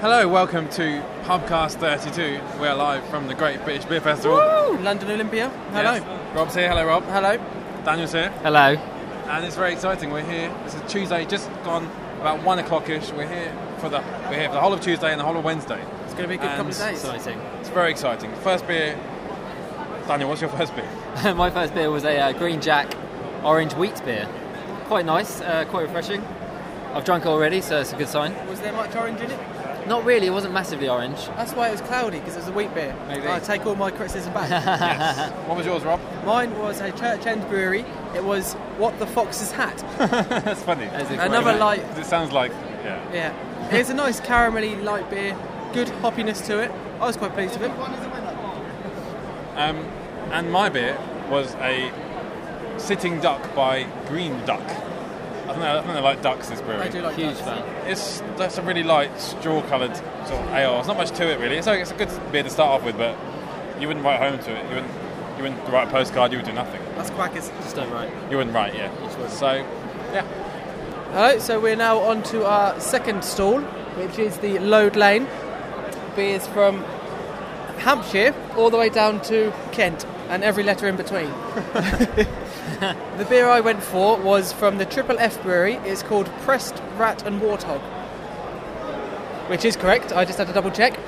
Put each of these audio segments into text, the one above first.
Hello, welcome to Pubcast 32. We're live from the Great British Beer Festival. Woo! London Olympia. Hello. Yes. Rob's here. Hello, Rob. Hello. Daniel's here. Hello. And it's very exciting. We're here. This is Tuesday, just gone about one o'clock ish. We're here for the we're here for the whole of Tuesday and the whole of Wednesday. It's going to be a good couple of days. Exciting. It's very exciting. First beer. Daniel, what's your first beer? My first beer was a uh, Green Jack orange wheat beer. Quite nice, uh, quite refreshing. I've drunk already, so it's a good sign. Was there much orange in it? Not really, it wasn't massively orange. That's why it was cloudy because it was a wheat beer. Maybe. I take all my criticism back. What was yours, Rob? Mine was a Church End brewery. It was what the fox's hat. That's funny. As if- Another Right. light. It sounds like yeah. Yeah. It's a nice caramelly light beer. Good hoppiness to it. I was quite pleased with it. Um, and my beer was a sitting duck by Green Duck. I think they, I think they like ducks this brewery. I do like Huge that. fan. It's that's a really light straw-coloured sort of ale. There's not much to it really. It's a, it's a good beer to start off with, but you wouldn't write home to it. You wouldn't you wouldn't write a postcard. You would do nothing. That's quackers. Just don't write. You wouldn't write, yeah. So yeah, Alright, so we're now on to our second stall, which is the Load Lane. Beers from Hampshire all the way down to Kent and every letter in between. the beer I went for was from the Triple F Brewery. It's called Pressed Rat and Warthog, which is correct. I just had to double check.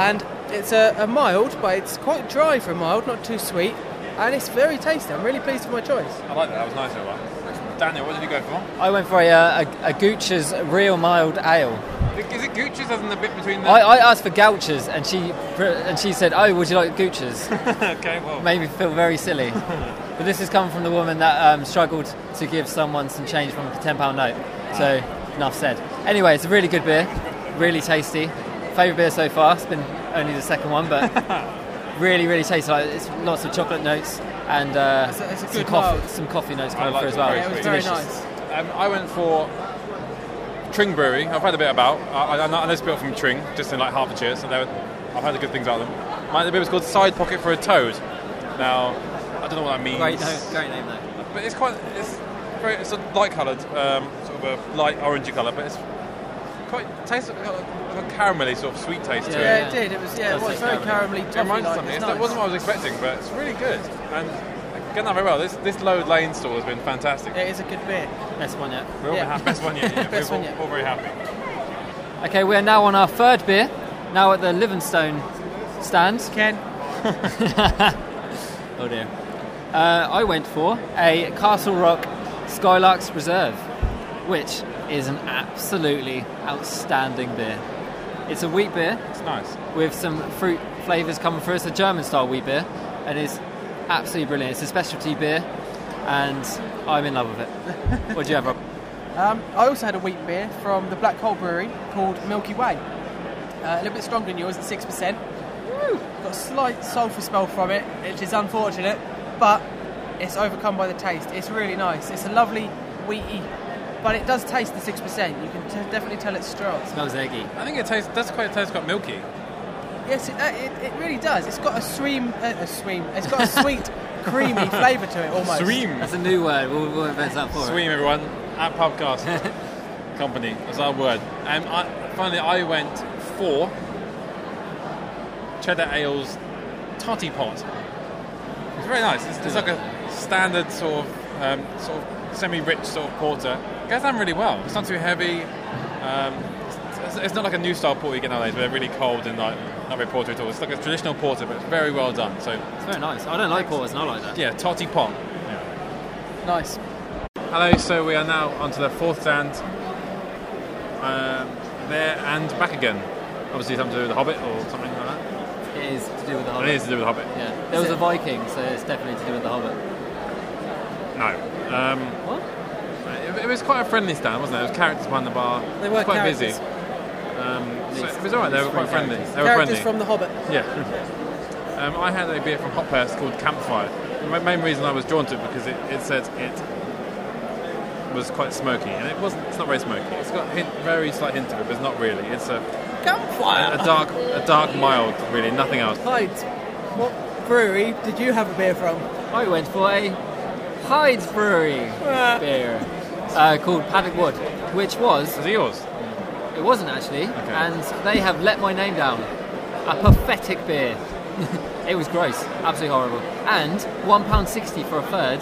and it's a, a mild, but it's quite dry for a mild, not too sweet. And it's very tasty. I'm really pleased with my choice. I like that. That was a nice. That one. Daniel, what did you go for? I went for a, uh, a, a Gooch's real mild ale. Is it Gooch's as in the bit between the? I, I asked for Gouch's and she pr- and she said, "Oh, would you like Gooch's?" okay, well, Made me feel very silly. but this has come from the woman that um, struggled to give someone some change from a ten pound note. So enough said. Anyway, it's a really good beer, really tasty. Favorite beer so far. It's been only the second one, but really, really tasty. Like it's lots of chocolate notes and uh, It's a- it's a some good coffee, mild. some coffee notes coming like through it, as well. very Yeah, it was sweet. very Delicious. nice. um, I went for Tring Brewery. I've heard a bit about. I, I, I know I know it's built from Tring, just in like Hertfordshire, so they were, I've heard the good things about them. My the beer was called Side Pocket for a Toad. Now, I don't know what that means. Great, no, great name though. But it's quite it's very it's a light coloured, um, sort of a light orangey colour, but it's quite tastes got a, got a caramelly sort of sweet taste to Yeah. it. Yeah, it did. It was yeah, it That's was like very caramel. caramelly. It reminds me of something. It It's not- It wasn't what I was expecting, but it's really good. And again, that very well. This this load lane store has been fantastic. It is a good beer. Best one yet. We're all Yeah. happy. Best one yet. Yeah. Best We're one all, yet. all very happy. Okay, we are now on our third beer. Now at the Livingstone stand. Ken, Oh dear. Uh, I went for a Castle Rock Skylarks Reserve, which is an absolutely outstanding beer. It's a wheat beer It's nice. with some fruit flavours coming through. It's a German style wheat beer and it's absolutely brilliant. It's a specialty beer and I'm in love with it. what do you have, Rob? um, I also had a wheat beer from the Black Hole Brewery called Milky Way. Uh, a little bit stronger than yours at six percent. Got a slight sulphur smell from it, which is unfortunate, but it's overcome by the taste. It's really nice. It's a lovely wheaty, but it does taste the six percent. You can t- definitely tell it's strong. Smells eggy. I think it tastes. Does quite taste quite milky. Yes, it, uh, it, it really does. It's got a stream, uh, a stream. It's got a sweet, creamy flavour to it almost. Sweet. That's a new word. We'll, we'll invent that for it. Sweet, everyone. At Pubcast Company. That's our word. Um, I, finally, I went for Cheddar Ale's Totty Pot. It's very nice. It's, it's like a standard sort of, um, sort of semi-rich sort of porter. It goes down really well. It's not too heavy. Um, it's, it's not like a new style porter you get nowadays, where they're really cold and like not very porter at all. It's like a traditional porter, but it's very well done. So It's very nice. I don't like porters and I like that. yeah, Totty Pot. Nice. Hello, so we are now onto the fourth stand. Um, there and back again. Obviously, something to do with The Hobbit or something like that. It is to do with the It Hobbit. is to do with The Hobbit. Yeah. There was a Viking, so it's definitely to do with the Hobbit. No. Um, What? it, it was quite a friendly stand, wasn't it? There was characters behind the bar. They It were was quite characters. busy. Um, so it was alright, they were quite friendly. They were Characters friendly. from The Hobbit. Yeah. Um, I had a beer from Hothurst called Campfire. The main reason I was drawn to it because it, it said it was quite smoky, and it wasn't. It's not very smoky. It's got a hint, very slight hint of it, but it's not really. It's a Campfire. a dark, a dark mild, really. Nothing else. Hyde, what brewery did you have a beer from? I went for a Hyde's Brewery beer uh, called Paddock Wood, which was Is it yours? it It wasn't actually, Okay. and they have let my name down. A pathetic beer. it was gross, absolutely horrible. And one pound sixty for a third.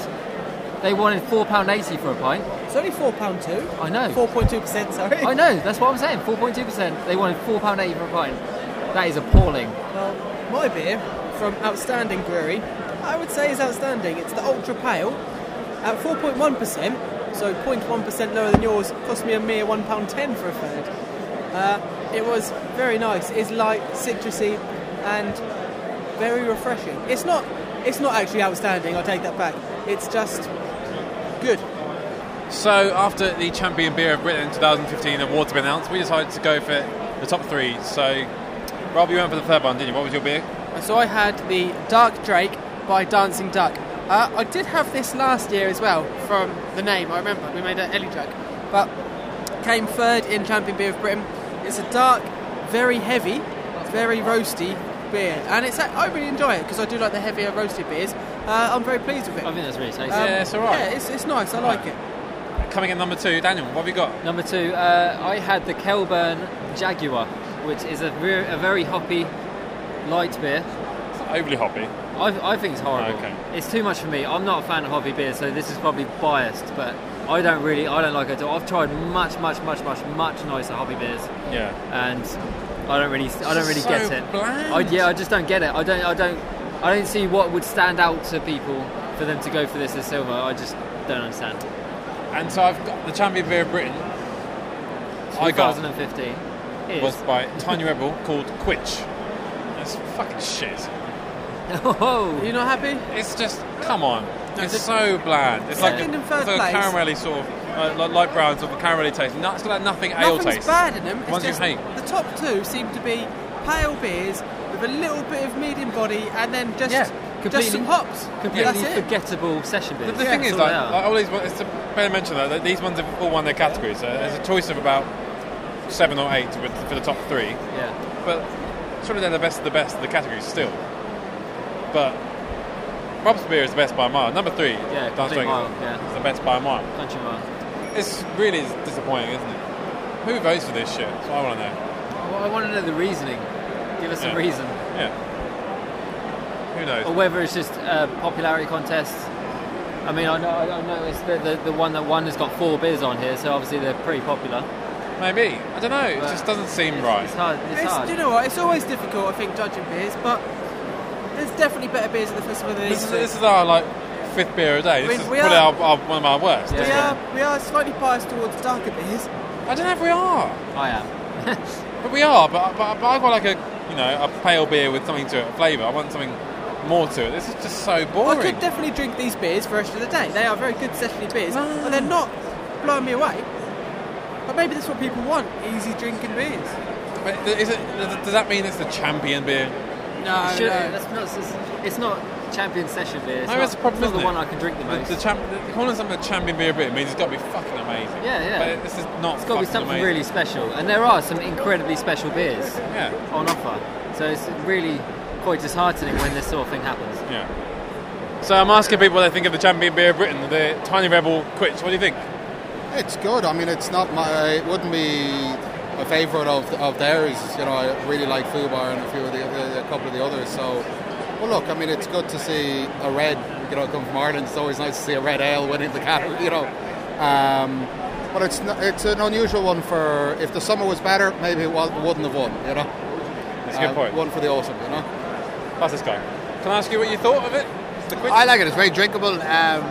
They wanted four pound eighty for a pint. It's only four pound two. I know. Four point two percent. Sorry. I know. That's what I'm saying. Four point two percent. They wanted four pound eighty for a pint. That is appalling. Well, my beer from Outstanding Brewery, I would say is outstanding. It's the Ultra Pale at 4.1%, so 0.1% lower than yours. Cost me a mere £1.10 for a third. Uh, it was very nice. It's light, citrusy, and very refreshing. It's not. It's not actually outstanding. I take that back. It's just good. So after the Champion Beer of Britain 2015 awards have been announced, we decided to go for the top three. So, Rob, you went for the third one, didn't you? What was your beer? So I had the Dark Drake by Dancing Duck. Uh, I did have this last year as well from the name, I remember. We made an Ellie joke. But came third in Champion Beer of Britain. It's a dark, very heavy, very roasty beer. And it's a- I really enjoy it because I do like the heavier roasted beers. Uh, I'm very pleased with it. I think that's really tasty. Um, Yeah, it's all right. Yeah, it's, it's nice. I like it. Coming in number two, Daniel. What have you got? Number two, uh, I had the Kelburn Jaguar, which is a, ver- a very hoppy, light beer. It's not overly hoppy. I, I think it's horrible. Okay. It's too much for me. I'm not a fan of hoppy beer, so this is probably biased, but I don't really, I don't like it at all. I've tried much, much, much, much, much nicer hoppy beers, Yeah. and I don't really, I don't really So get it. bland. I, yeah, I just don't get it. I don't, I don't, I don't see what would stand out to people for them to go for this as silver. I just don't understand. And so I've got the Champion Beer of Britain. I got 2015 is was by Tiny Rebel called Quitch. That's fucking shit. oh, Are you not happy? It's just come on. It's it's- so bland. It's like a, Second and it's third like a place. caramelly sort of uh, like light brown sort of caramelly taste. No, it's got that nothing ale Nothing's taste. bad in them. It's Ones you just hate. The top two seem to be pale beers with a little bit of medium body and then just, Yeah, just completely- some hops. completely That's it. forgettable session beers. The That's thing is, all like, they are. like all these, ones- it's a fair mention though, that these ones have all won their categories. So there's a choice of about seven or eight with, for the top three, yeah, but surely they're the best of the best of the categories still. But Rob's beer is the best by a mile. Number three, Yeah, Dance complete Drake mile, is, yeah. is the best by a mile. country mile. It's really is disappointing, isn't it? Who votes for this shit? That's what I want to know. Well, I want to know the reasoning. Give us Yeah. a reason, Yeah. Who knows? or whether it's just a popularity contest. I mean, I know, I know it's the, the, the one that won has got four beers on here, so obviously they're pretty popular. Maybe. I don't know. It But just doesn't seem It's, right. It's hard. It's, It's, hard. you know what? It's always difficult, I think, judging beers, but there's definitely better beers at the festival than This is, these this is our like fifth beer a day. This We- is we probably are- our, our, one of our worst. Yeah. we are we are slightly biased towards darker beers. I don't know if we are, I am. but we are. But, but, but I got like a you know a pale beer with something to it, a flavour. I want something more to it. This is just so I boring. could definitely drink these beers for the rest of the day. They are very good sessiony beers, No. but they're not blowing me away. But maybe that's what people want: easy drinking beers. But is it, does that mean it's the champion beer? No, Should- no. that's not, it's, it's not champion session beer. It's No, not, that's the problem, it's not the isn't it? one I can drink the The, most. the, champ, the calling something the champion beer of Britain means it's got to be fucking amazing. Yeah, yeah. But it, this is not. it's got to be fucking something amazing. really special, and there are some incredibly special beers. Yeah, on offer. So it's really quite disheartening when this sort of thing happens. yeah. So I'm asking people what they think of the champion beer of Britain, the Tiny Rebel Quitch. What do you think? It's good. I mean, it's not my. It wouldn't be a favourite of of theirs. You know, I really like Fubar and a few of the, the a couple of the others. So, well, look. I mean, it's good to see a red. You know, come from Ireland. It's always nice to see a red ale winning the category. You know, um, but it's n- it's an unusual one for. If the summer was better, maybe it wa- wouldn't have won. You know, That's a good Uh, point. One for the autumn. You know. Pass this guy. Can I ask you what you thought of it? The Quitch. I like it. It's very drinkable. Um,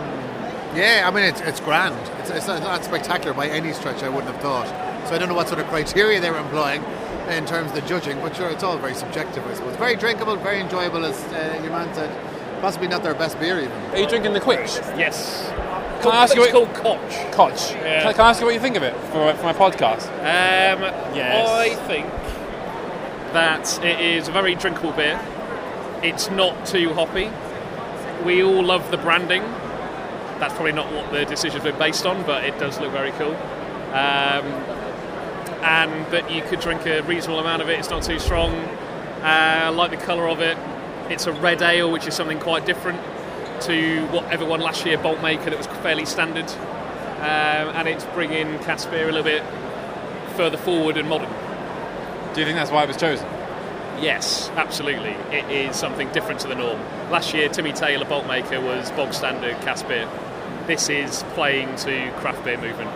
yeah, I mean it's it's grand. It's, it's not- not spectacular by any stretch. I wouldn't have thought. So I don't know what sort of criteria they were employing in terms of the judging, but sure, it's all very subjective, I suppose. Very drinkable, very enjoyable, as uh, your man said. Possibly not their best beer even. Are you drinking the Quitch? Yes. Can I ask you it's what- called Koch. Koch. Yeah. Can, can I ask you what you think of it for, for my podcast? Um, Yes. I think that it is a very drinkable beer. It's not too hoppy. We all love the branding. That's probably not what the decision's been based on, but it does look very cool. Um, and that you could drink a reasonable amount of it. It's not too strong. Uh, I like the colour of it. It's a red ale, which is something quite different to what everyone last year bolt maker that was fairly standard. Um, and it's bringing Casper a little bit further forward and modern. Do you think that's why it was chosen? Yes, absolutely. It is something different to the norm. Last year, Timmy Taylor, Boltmaker, was bog standard cast beer. This is playing to craft beer movement.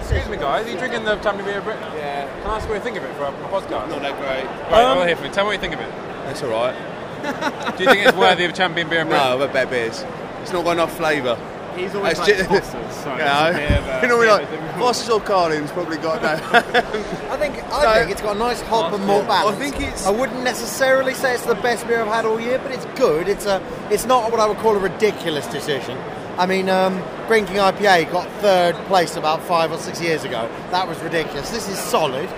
Excuse me, guys. Are you drinking the Tammy Beer Britain? Yeah. Can I ask what you think of it for our podcast? Not that great. Right, Um, we'll hear from you. Tell me what you think of it. That's all right. Do you think it's worthy of champion beer in Britain? No, I've had bad beers. It's not got enough flavour. He's always That's like ju- Foster's, so You it's a bit know, of a- you know we're bit of like, a difficult- Foster's or Carlin's probably got no. I think I So- think it's got a nice hop and malt balance. think it's- I wouldn't necessarily say it's the best beer I've had all year, but it's good. It's a. It's not what I would call a ridiculous decision. I mean, um, Green King IPA got third place about five or six years ago. That was ridiculous. This is solid,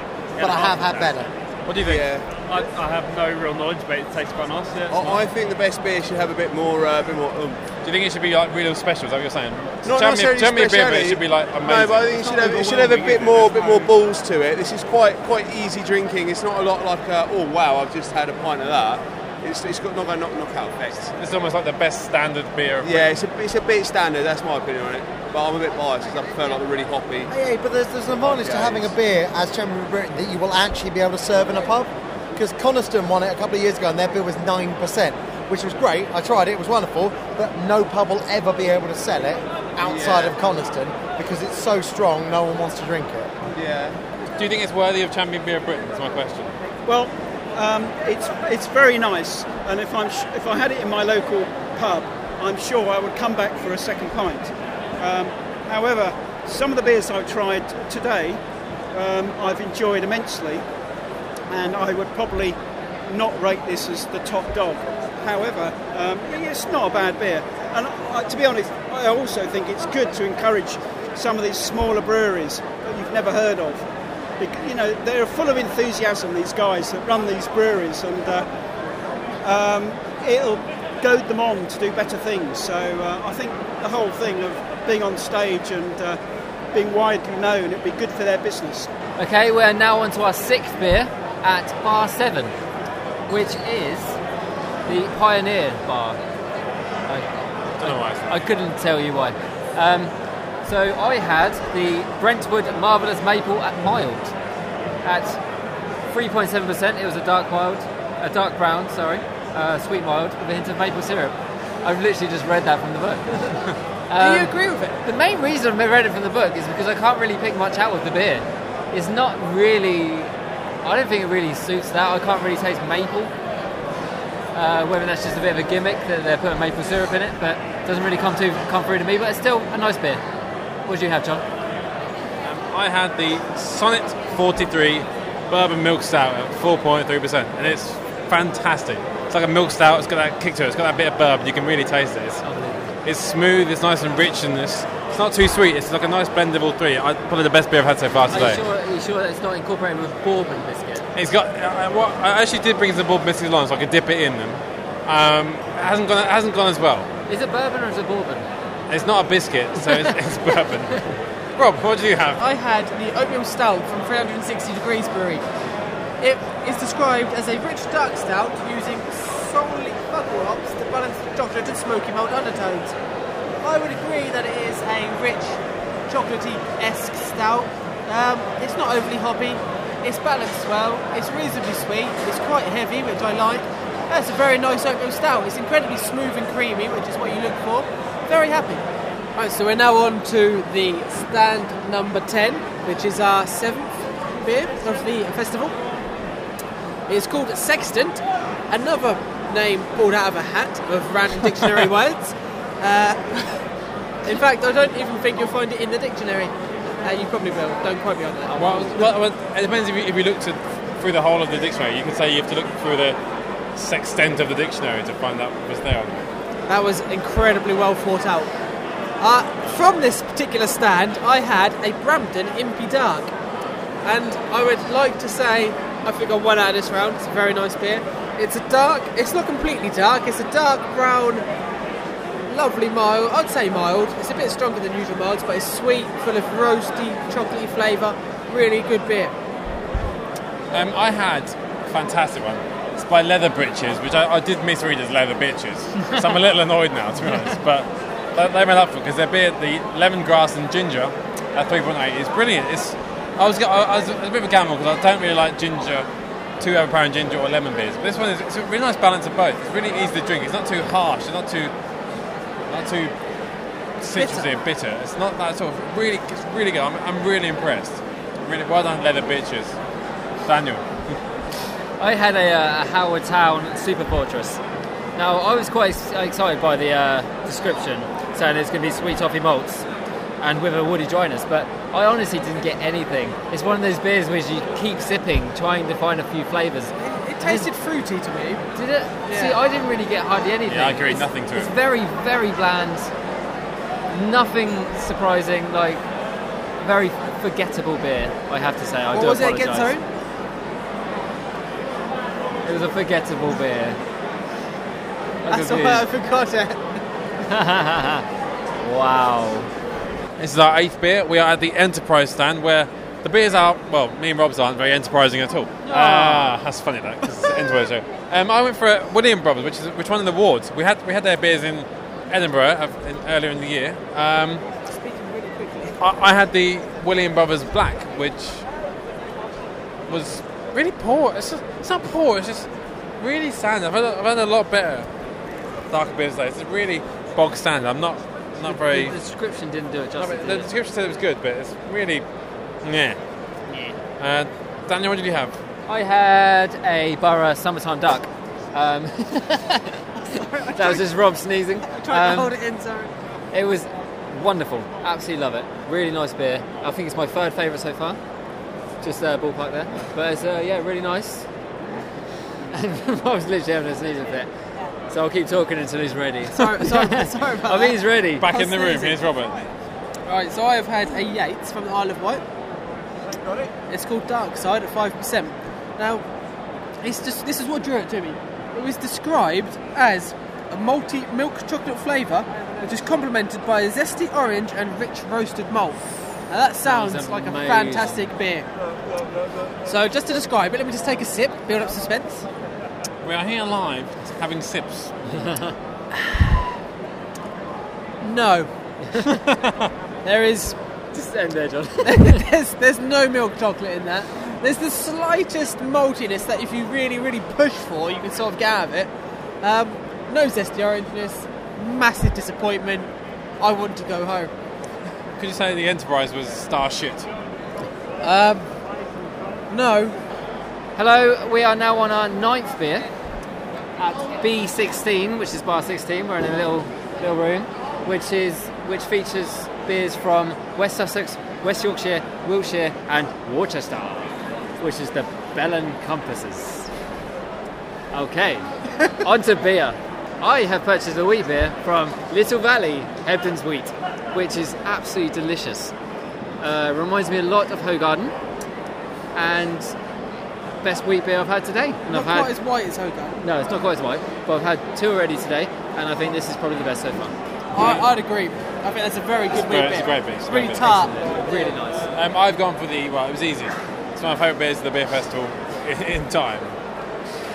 but I have had better. What do you think? I, I have no real knowledge, but it tastes quite nice. Yeah, it's I, I think the best beer should have a bit more, uh, bit more oomph. Do you think it should be like real special? Is that what you're saying? Not Champion- necessarily champion beer, but speciality. it should be like amazing. No, but I think it should have it should have a bit more bit more balls to it. This is quite quite easy drinking. It's not a lot like uh, oh wow I've just had a pint of that. It's, it's got not going knock knockout effect. It's almost like the best standard beer. of Yeah, it's a it's a bit standard. That's my opinion on it. But I'm a bit biased because I prefer like the really hoppy. Hey, but there's, there's an advantage to having a beer as Champion of Britain that you will actually be able to serve in a pub. Because Coniston won it a couple of years ago and their beer was 9%, which was great. I tried it, it was wonderful. But no pub will ever be able to sell it outside of Coniston because it's so strong, no one wants to drink it. Yeah, Britain. Do you think it's worthy of champion beer of Britain? That's my question. Well, um, it's it's very nice, and if I'm sh- if I had it in my local pub, I'm sure I would come back for a second pint. Um, however, some of the beers I've tried today, um, I've enjoyed immensely, and I would probably not rate this as the top dog. However, um, it's not a bad beer, and I, to be honest, I also think it's good to encourage some of these smaller breweries that you've never heard of bec- you know they're full of enthusiasm these guys that run these breweries and uh, um, it'll goad them on to do better things so uh, I think the whole thing of being on stage and uh, being widely known it'd be good for their business Okay, we're now on to our sixth beer at Bar 7, which is the Pioneer Bar. I don't know why. I said I couldn't tell you why. Um, so I had the Brentwood Marvelous Maple at mild at 3.7%. It was a dark mild, a dark brown, sorry, uh, sweet mild with a hint of maple syrup. I've literally just read that from the book. Do you agree with it? The main reason I've read it from the book is because I can't really pick much out with the beer. It's not really. I don't think it really suits that. I can't really taste maple. Uh, whether that's just a bit of a gimmick that they're putting maple syrup in it, but it doesn't really come to come through to me. But it's still a nice beer. What do you have, John? I had the Sonnet 43 Bourbon Milk Stout at 4.3%, and it's fantastic. It's like a milk stout, it's got that kick to it, it's got that bit of bourbon, you can really taste it. It's, it's smooth, it's nice and rich, and it's, it's not too sweet, it's like a nice blend of all three. I, probably the best beer I've had so far Are you today. sure, are you sure that it's not incorporated with bourbon biscuit? It's got, I, I- what, I actually did bring some bourbon biscuits along so I could dip it in them. Um, it hasn't gone, it hasn't gone as well. Is it bourbon or is it bourbon? It's not a biscuit, so it's, it's bourbon. Rob, what do you have? I had the opium stout from 360 Degrees Brewery. It is described as a rich dark stout using solely bugger hops to balance the chocolate and smoky malt undertones. I would agree that it is a rich, chocolatey-esque stout. Um, it's not overly hoppy. It's balanced well. It's reasonably sweet. It's quite heavy, which I like. That's a very nice oatmeal stout. It's incredibly smooth and creamy, which is what you look for. Very happy. Right, so we're now on to the stand number 10, which is our seventh beer of the festival. It's called Sextant, another name pulled out of a hat of random dictionary words. Uh, in fact, I don't even think you'll find it in the dictionary. Uh, you probably will, don't quote me on that. Well, well, well, it depends if you, if you look to, through the whole of the dictionary. You could say you have to look through the sextent of the dictionary to find out what's there. That was incredibly well thought out. Uh, from this particular stand, I had a Brampton Impy Dark. And I would like to say, I think I won out of this round. It's a very nice beer. It's a dark, it's not completely dark, it's a dark brown, lovely mild. I'd say mild. It's a bit stronger than usual milds, but it's sweet, full of roasty, chocolatey flavour. Really good beer. Um, I had a fantastic one. It's by Leather Britches, which I, I did misread as Leather Bitches. so I'm a little annoyed now, to be honest. But they- they made up for it because their beer, the lemongrass and ginger at 3.8, is brilliant. It's I was, go- I I was, it was a bit of a gamble because I don't really like ginger, too overpowering ginger or lemon beers. But this one is it's a really nice balance of both. It's really easy to drink. It's not too harsh. It's not too, not too citrusy and bitter. It's not that sort of really. It's really good. I'm, I'm really impressed. Really well done, leather bitches, Daniel. I had a, uh, a Howard Town Super Fortress. Now, I was quite ex- excited by the uh, description, saying it's going to be sweet toffee malts and with a woody dryness, but I honestly didn't get anything. It's one of those beers which you keep sipping, trying to find a few flavours. It tasted fruity to me. Did it? See, I didn't really get hardly anything. Yeah, I agree, It's- nothing to It's it. very, very bland. Nothing surprising. Like very forgettable beer. I have to say. I What do was it apologise. again, sorry? It was a forgettable beer. I'm That's why I forgot it. confused. wow. This is our eighth beer. We are at the Enterprise stand where the beers are, well, me and Rob's aren't very enterprising at all. Ah, that's funny though, 'cause it's an Enterprise show. Um, I went for a William Brothers, which is which won an awards. We had we had their beers in Edinburgh uh, in, earlier in the year. Um, I, I had the William Brothers Black, which was really poor. It's, just, it's not poor, it's just really standard. I've had, a- I've had a lot better darker beers though. It's really bog standard. I'm not, not very. The description didn't do it No, justice. but the did it? description said it was good, but it's really, yeah. Uh, Daniel, what did you have? I had a Borough summertime duck. Um, that was just Rob sneezing. Try Um, to hold it in, sorry. It was wonderful. Absolutely love it. Really nice beer. I think it's my third favourite so far. Just uh, ballpark there. But it's, uh, yeah, really nice. And I was literally having a sneezing fit. So I'll keep talking until he's ready. Sorry, sorry, sorry about I think that. he's ready. Back in the room. sneezing. Here's Robert. Right, so I have had a Yates from the Isle of Wight. Got it. It's called Dark Side at five percent. Now, it's just this is what drew it to me. It was described as a malty milk chocolate flavour, which is complemented by a zesty orange and rich roasted malt. Now that sounds Sounds like a amazing. fantastic beer. So just to describe it, let me just take a sip, build up suspense. We are here live, having sips. No, there is Just end there, John. there's, there's no milk chocolate in that. There's the slightest maltiness that if you really, really push for, you can sort of get out of it. Um, no zesty orangeness, massive disappointment. I want to go home. Could you say the Enterprise was star shit? No, Hello, we are now on our ninth beer at B16, which is bar 16. We're in a little little room, which is which features beers from West Sussex, West Yorkshire, Wiltshire, and Worcester, which is the Bell and Compasses. Okay, on to beer. I have purchased a wheat beer from Little Valley Hebden's Wheat, which is absolutely delicious. Uh, reminds me a lot of Hogarden, and best wheat beer I've had today. And not I've had quite as white as Hogarth. no, it's not quite as white, but I've had two already today, and I think this is probably the best so far. I, I'd agree. I think that's a very good great- wheat it's a beer. great beer, it's It's a really great beer. tart. Really nice. Um, I've gone for the well. It was easy. It's one of my favourite beers at the beer festival in, in time.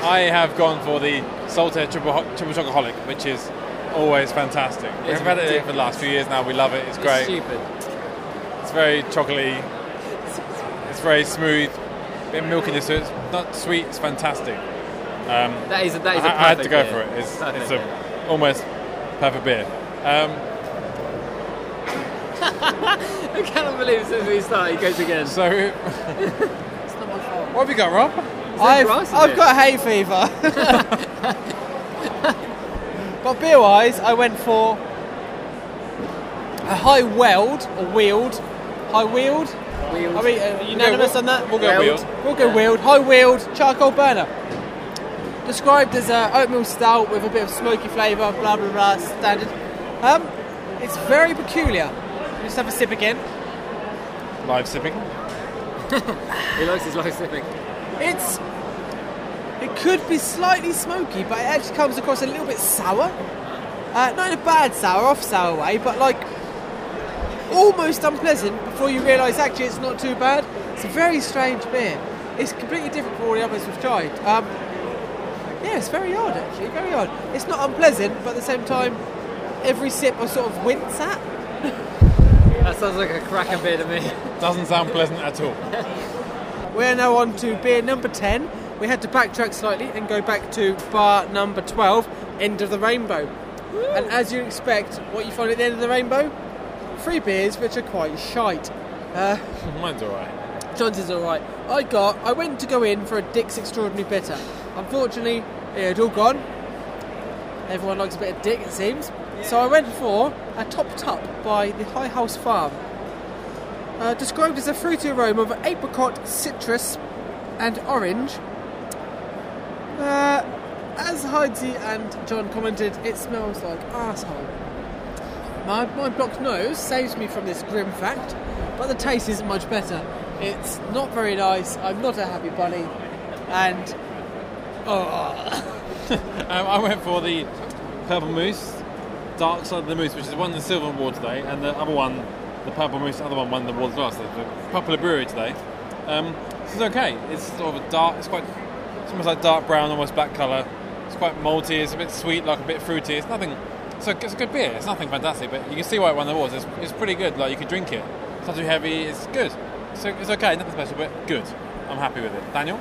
I have gone for the Solitaire Triple Ho- Triple Chocoholic, which is always fantastic. We've It's had it for the last few years now. We love it. It's great. It's stupid. It's very chocolatey. It's very smooth. Bit of milkiness to it. It's not sweet. It's fantastic. That is that I, is a perfect I had to go beer. for it. It's, Perfect it's a, beer. almost perfect beer. Um, I cannot believe since we started, it goes again. so, what have you got, Rob? I've, grass in I've it? got hay fever. but beer wise, I went for a high weld or wheeled. High wheeled? Wheeled. Are we uh, unanimous on that? We'll go Wheeled. We'll go wheeled. High wheeled charcoal burner. Described as a oatmeal stout with a bit of smoky flavour, blah blah blah, standard. Um, it's very peculiar. Let me Just have a sip again. Live sipping. He likes his life sipping. It's it could be slightly smoky, but it actually comes across a little bit sour. Uh, not in a bad sour, off sour way, but like almost unpleasant before you realise actually it's not too bad. It's a very strange beer. It's completely different from all the others we've tried. Um, yeah, it's very odd actually, very odd. It's not unpleasant, but at the same time, every sip I sort of wince at. That sounds like a cracker beer to me. Doesn't sound pleasant at all. We're now on to beer number 10. We had to backtrack slightly and go back to bar number 12, End of the Rainbow. And as you expect, what you find at the end of the rainbow? Free beers which are quite shite. Uh, Mine's alright. John's is alright. I got, I went to go in for a Dick's Extraordinary Bitter. Unfortunately, it had all gone. Everyone likes a bit of Dick, it seems. So I went for a Top Tup by the High House Farm. Uh, described as a fruity aroma of apricot, citrus, and orange. Uh, as Heidi and John commented, it smells like asshole. My, my blocked nose saves me from this grim fact, but the taste isn't much better. It's not very nice. I'm not a happy bunny, and oh, Um, I went for the purple moose, dark side of the moose, which is one the silver award today, and the other one, the purple moose, the other one won the award as well. So the popular brewery today. Um, this is okay. It's sort of a dark. It's quite. It's almost like dark brown, almost black colour. It's quite malty. It's a bit sweet, like a bit fruity. It's nothing. It's a, it's a good beer. It's nothing fantastic, but you can see why it won the awards. It's, it's pretty good. Like you could drink it. It's not too heavy. It's good. So it's okay. Nothing special, but good. I'm happy with it. Daniel,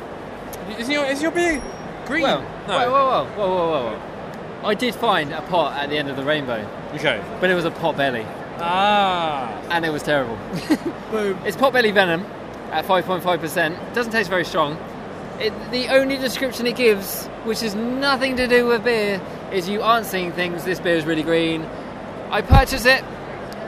is your is your beer green? Well, whoa, whoa, whoa, whoa, whoa, whoa, whoa. I did find a pot at the end of the rainbow, Okay. but it was a pot belly, Ah. and it was terrible. boom! It's pot belly venom at 5.5%. Doesn't taste very strong. It, the only description it gives, which has nothing to do with beer, is you aren't seeing things. This beer is really green. I purchase it.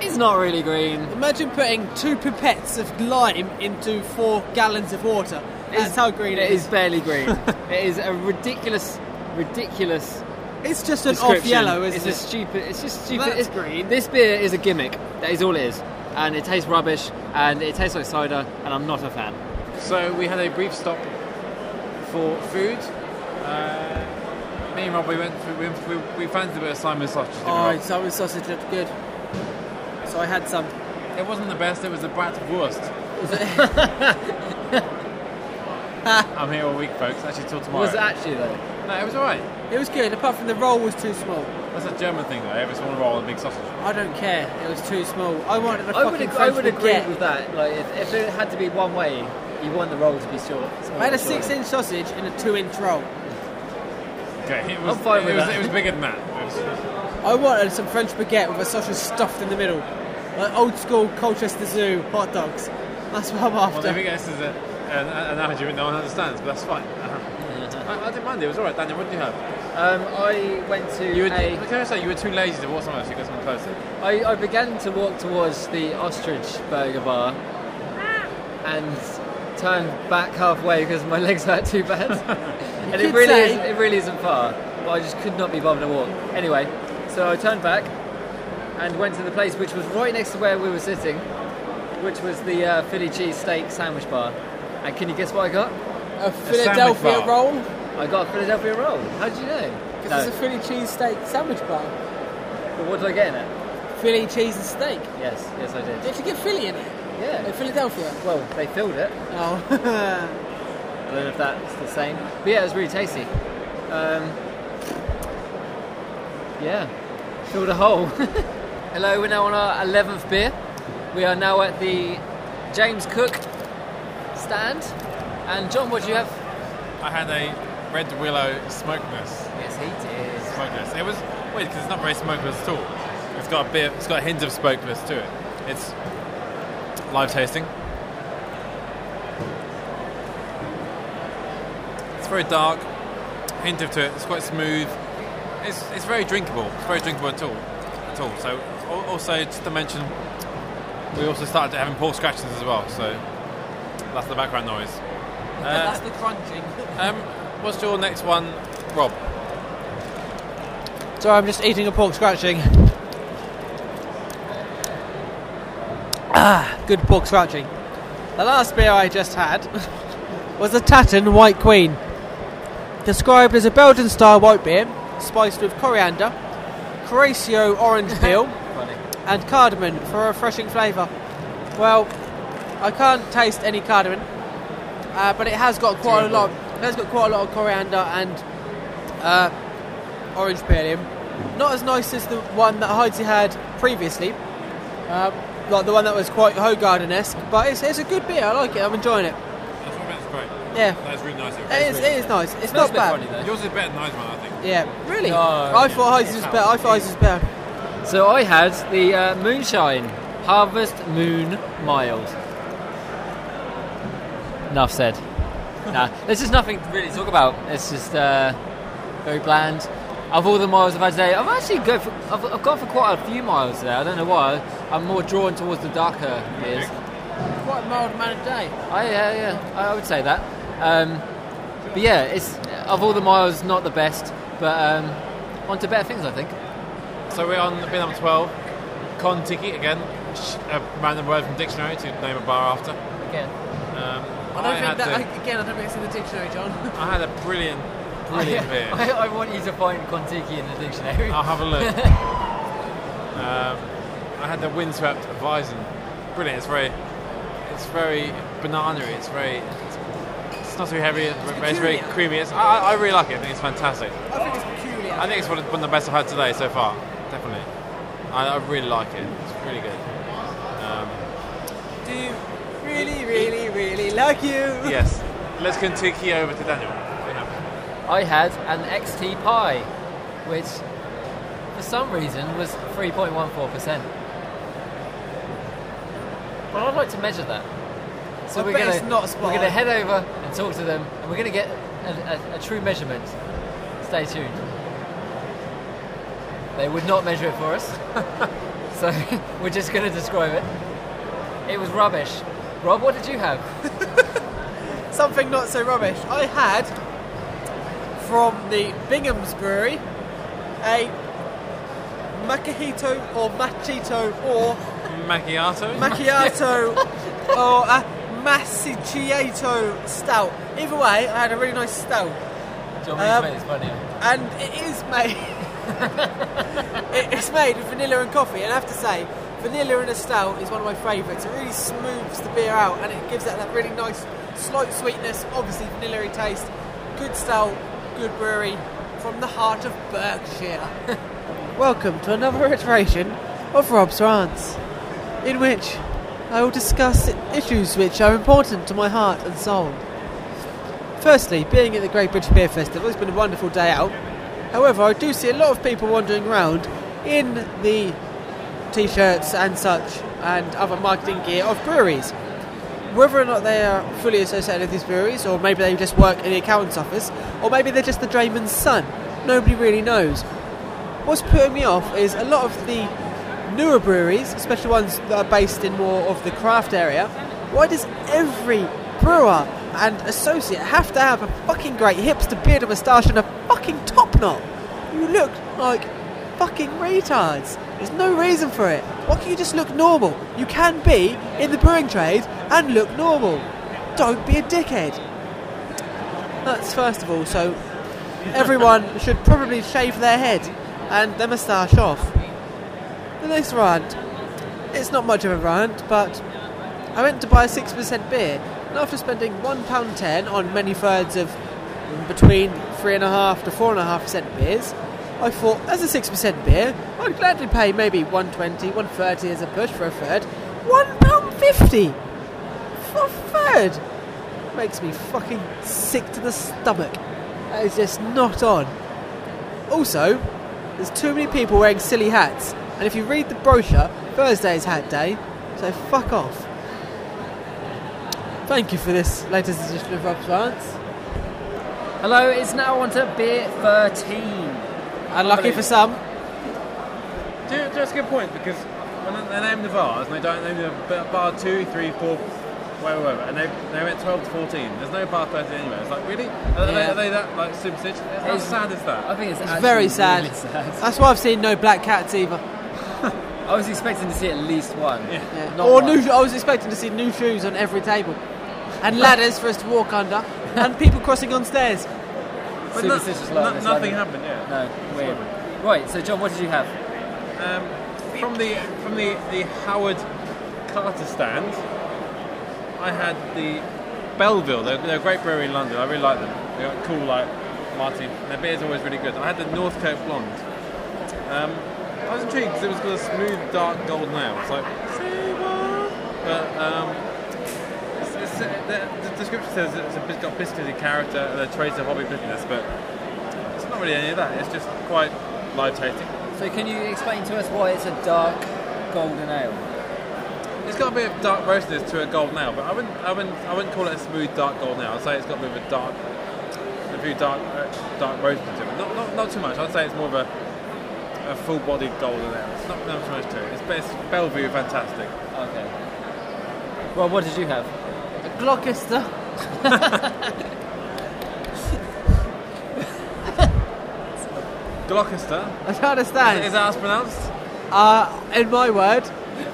It's not really green. Imagine putting two pipettes of lime into four gallons of water. That's It's- how green It is is. barely green. it is a ridiculous, ridiculous It's just an off description. yellow, it's isn't a it? stupid. It's just stupid. That's it's green. This beer is a gimmick. That is all it is, and it tastes rubbish, and it tastes like cider, and I'm not a fan. So we had a brief stop for food. Uh, me and Rob, we went. For, we, we, we fancied a bit of Simon sausage. didn't we, Oh, Rob? salmon sausage looked good. So I had some. Oh. It wasn't the best. It was the bratwurst. I'm here all week, folks. Actually, till tomorrow. Was it actually though? No, it was alright. It was good, apart from the roll was too small. That's a German thing, though. Every small roll and big sausage. I don't care. It was too small. I wanted a I would, fucking ag- I French would agree baguette. with that. Like, if, if it had to be one way, you want the roll to be short. I had a six-inch sausage in a two-inch roll. Okay, it was. I'm fine it, with was that. it was bigger than that. It was- I wanted some French baguette with a sausage stuffed in the middle. Like old school Colchester Zoo hot dogs. That's what I'm well, after. there we go. This is a, an an analogy that no one understands, but that's fine. I, I didn't mind it. It was alright. Daniel, what did you have? Um, I went to You were, a. can I say you were too lazy to walk somewhere, so you got something closer. I, I began to walk towards the ostrich burger bar and turned back halfway because my legs hurt too bad. and it could really, say- isn't, it really isn't far, but I just could not be bothered to walk. Anyway, so I turned back and went to the place which was right next to where we were sitting, which was the uh, Philly cheese steak sandwich bar. And can you guess what I got? a sandwich Philadelphia bar. roll. I got a Philadelphia roll. How did you know? Because No. it's a Philly cheesesteak sandwich bar. But what did I get in it? Philly cheese and steak. Yes, yes I did. Did you get Philly in it? In Yeah. Philadelphia. Well, they filled it. Uh, Oh. I don't know if that's the same. But yeah, it was really tasty. Um, yeah, filled a hole. Hello, we're now on our 11th beer. We are now at the James Cook stand. And John, what do you have? I had a red willow smokeless. Yes, he smokeless. It was weird because it's not very smokeless at all. It's got a bit. It's got a hint of smokeless to it. It's live tasting. It's very dark. Hint of to it. It's quite smooth. It's it's very drinkable. It's very drinkable at all. At all. So al- also just to mention, we also started having poor scratches as well. So that's the background noise. That's the crunching. Um, what's your next one, Rob? Sorry, I'm just eating a pork scratching. Ah, good pork scratching. The last beer I just had was the Tatton White Queen. Described as a Belgian style white beer, spiced with coriander, Coraceo orange peel, Funny. and cardamom for a refreshing flavour. Well, I can't taste any cardamom, uh, but it has got quite a lot. It has got quite a lot of coriander and uh, orange peel in. Not as nice as the one that Heidi had previously. Um, like the one that was quite Hogarden esque, but it's, it's a good beer. I like it. I'm enjoying it. That's what it's great. Yeah. That's really nice. It is, it is nice. It's not bad. Yours is better than Iceman, I think. Yeah, really. I thought Heises was better. I thought Heises was better. So I had the uh, Moonshine Harvest Moon Mild. Enough said. nah, there's just nothing really to talk about. It's just uh, very bland. Of all the miles I've had today, I've actually go for, I've, I've gone for quite a few miles today. I don't know why. I'm more drawn towards the darker beers. Quite a mild man of day. I, yeah, yeah, I I would say that. Um, but yeah, it's of all the miles, not the best, but um, on to better things, I think. So we're on bin number 12. Con Tiki, again. Sh- A random word from dictionary to name a bar after. Again. Um, I don't think that, again, I don't think it's in the dictionary, John. I had a brilliant, brilliant beer. I, I want you to find Contiki in the dictionary. Ah. I'll have a look. um, I had the windswept Weizen. Brilliant. It's very, it's very banana. It's very, it's, it's not too heavy. It's, very- it's very peculiar. creamy. It's, I, I really like it. I think it's fantastic. I think it's peculiar. I think it's one of one of the best I've had today so far. Definitely. I, I really like it. It's really good. Um, Do you really, really, really like you? yes. Let's Kentucky over to Daniel. I had an XT Pi, which for some reason was 3.14%. Well, I'd like to measure that. So I we're bet gonna it's not we're spy. gonna head over and talk to them, and we're gonna get a, a, a true measurement. Stay tuned. They would not measure it for us, so we're just gonna describe it. It was rubbish. Rob, what did you have? Something not so rubbish. I had from the Bingham's Brewery a macchiato or machito or Macchiato. macchiato or a massicciato stout. Either way, I had a really nice stout. John, Um, it's funny. and it is made. it- it's made with vanilla and coffee, and I have to say, vanilla in a stout is one of my favourites. It really smooths the beer out, and it gives that that really nice, slight sweetness. Obviously, vanilla taste. Good stout, good brewery from the heart of Berkshire. Welcome to another iteration of Rob's Rants, in which I will discuss issues which are important to my heart and soul. Firstly, being at the Great British Beer Festival, it's been a wonderful day out. However, I do see a lot of people wandering around in the t shirts and such and other marketing gear of breweries. Whether or not they are fully associated with these breweries, or maybe they just work in the accountant's office, or maybe they're just the drayman's son, nobody really knows. What's putting me off is a lot of the newer breweries, especially ones that are based in more of the craft area. Why does every brewer and associate have to have a fucking great hipster beard and moustache and a fucking top knot? You look like fucking retards. There's no reason for it. Why can't you just look normal? You can be in the brewing trade and look normal. Don't be a dickhead. That's first of all. So everyone should probably shave their head and their moustache off. The next rant. It's not much of a rant, but I went to buy a six percent beer, and after spending one pound ten on many thirds of between three and a half to four and a half percent beers, I thought as a six percent beer, I'd gladly pay maybe 120, 130 as a push for a third, one pound fifty for a third. Makes me fucking sick to the stomach. That is just not on. Also, there's too many people wearing silly hats, and if you read the brochure, Thursday is hat day, so fuck off. Thank you for this latest edition of Rob's Rants. Hello, it's now on to beer 13. Unlucky for some. Do, that's a good point because when they name the bars and they don't name the b- bar 2, 3, 4, whatever, whatever, and they, they went 12 to 14, there's no bar 13 anywhere. It's like, really? Are, they, Yeah. are they that like superstitious? How It's- sad is I that? think it's, It's very actually sad. really sad. That's why I've seen no black cats either. I was expecting to see at least one. Yeah. Not Or one. new. I was expecting to see new shoes on every table, and ladders for us to walk under, and people crossing on stairs. But no- Superstitious no- lightness, nothing like- happened, yeah. No, weird. Right, so John, what did you have? Um, from the from the, the Howard Carter stand, I had the Belleville. They're, they're a great brewery in London. I really like them. They got cool like Martin. Their beer's always really good. I had the Northcote Blonde. Um, I was intrigued because it was got a smooth dark golden ale. It's like, say what? But um, it's, it's, uh, the, the description says it's a bit, got biscuity character and a trace of hobby business, but it's not really any of that. It's just quite live tasting. So can you explain to us why it's a dark golden ale? It's got a bit of dark roastiness to a golden ale, but I wouldn't, I wouldn't, I wouldn't call it a smooth dark golden ale. I'd say it's got a bit of a dark, a few dark, uh, dark roastiness to it. Not, not, not too much. I'd say it's more of a, a full-bodied golden ale. It's not, not too much to it. It's, it's Bellevue, fantastic. Okay. Well, what did you have? Gloucester. Gloucester. I don't understand. Is, is that how it's pronounced? uh, in my word,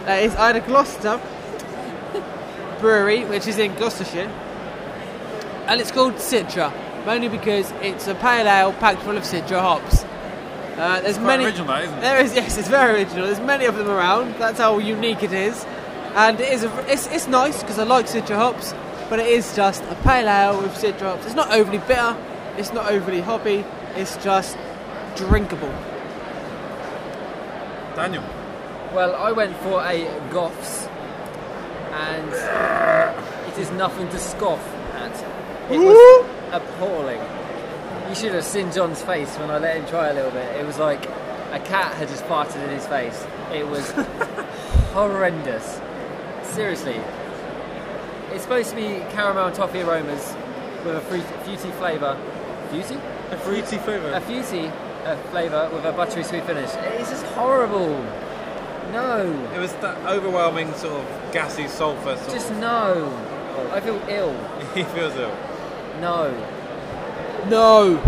that is either Gloucester Brewery, which is in Gloucestershire, and it's called Citra, mainly because it's a pale ale packed full of Citra hops. Uh, there's quite many. original, that, isn't it? There is yes, it's very original. There's many of them around. That's how unique it is, and it is a, it's it's nice because I like Citra hops, but it is just a pale ale with Citra hops. It's not overly bitter. It's not overly hoppy. It's just drinkable. Daniel. Well, I went for a Goffs, and it is nothing to scoff at. It was appalling. You should have seen John's face when I let him try a little bit. It was like a cat had just farted in his face. It was horrendous. Seriously. It's supposed to be caramel and toffee aromas with a fruit, fruity flavour. Fruity? A fruity flavour. a fruity uh, flavour with a buttery sweet finish. It's just horrible. No, It was that overwhelming sort of gassy sulphur. Sort just no. I feel ill. of, he feels ill. No. No.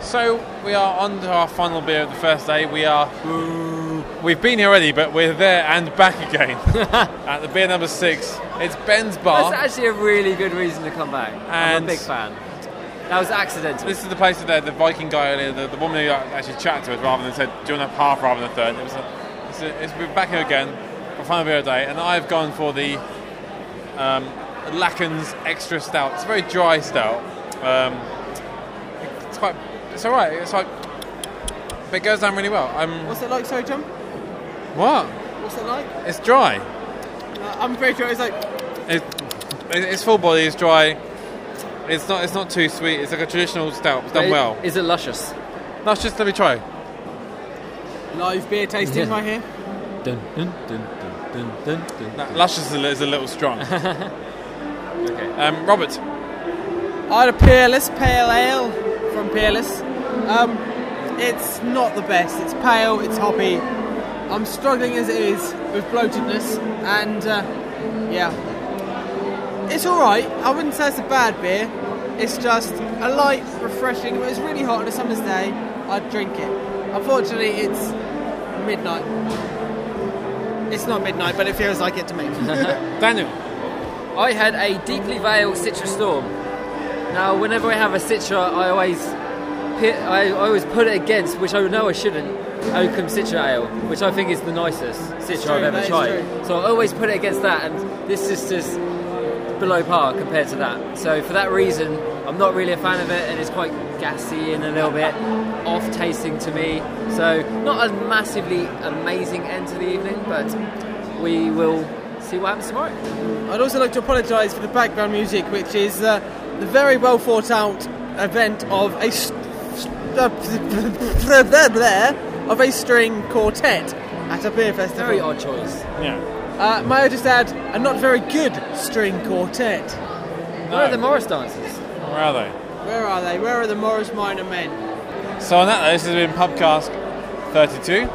So we are on to our final beer of the first day. We are. We've been here already, but we're there and back again at the beer number six. It's Ben's Bar. That's actually a really good reason to come back. I'm Ah. And- a big fan. That was accidental. This is the place that the Viking guy earlier, the, the woman who actually chatted to us rather than said, do you want a half rather than a third? It was a, it's, a, it's we're back here again for final beer of the day, and I've gone for the um, Lacken's Extra Stout. It's a very dry stout. Um, it's quite, it's all right. It's like, but it goes down really well. I'm What's it like, sorry, John? what? What's it like? It's dry. Uh, I'm very sure it's like It, it, it's full body. It's dry. It's not. It's not too sweet. It's like a traditional stout. It's done Is- well. Is it luscious? No, it's just let me try. live beer tasting Yeah. right here. Dun, dun, dun, dun, dun, dun, dun. No, luscious is a, li- is a little strong. okay. Um, Robert, I had a Peerless Pale Ale from Peerless. Um, it's not the best. It's pale. It's hoppy. I'm struggling as it is with bloatedness, and uh, yeah, it's all right. I wouldn't say it's a bad beer. It's just a light, refreshing. It was really hot on a summer's day. I'd drink it. Unfortunately, it's midnight. It's not midnight, but it feels like it to me. Daniel, I had a deeply veiled Citra Storm. Now, whenever I have a Citra, I always pi I always put it against, which I know I shouldn't, Oakham Citra Ale, which I think is the nicest Citra true, I've that ever is tried. true. So I always put it against that, and this is just below par compared to that. So for that reason, I'm not really a fan of it, and it's quite gassy and a little bit off tasting to me. So not a massively amazing end to the evening, but we will see what happens tomorrow. I'd also like to apologise for the background music, which is uh, the very well thought out event of a st- st- of a string quartet at a beer festival. Very odd choice. Uh, may I just add, a not very good string quartet. Where are the Morris dances? where are they? Where are they? Where are the Morris Minor men? So on that, note, this has been Pubcast 32.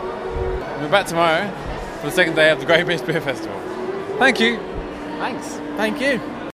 We're back tomorrow for the second day of the Great British Beer Festival. Thank you. Thanks. Thank you.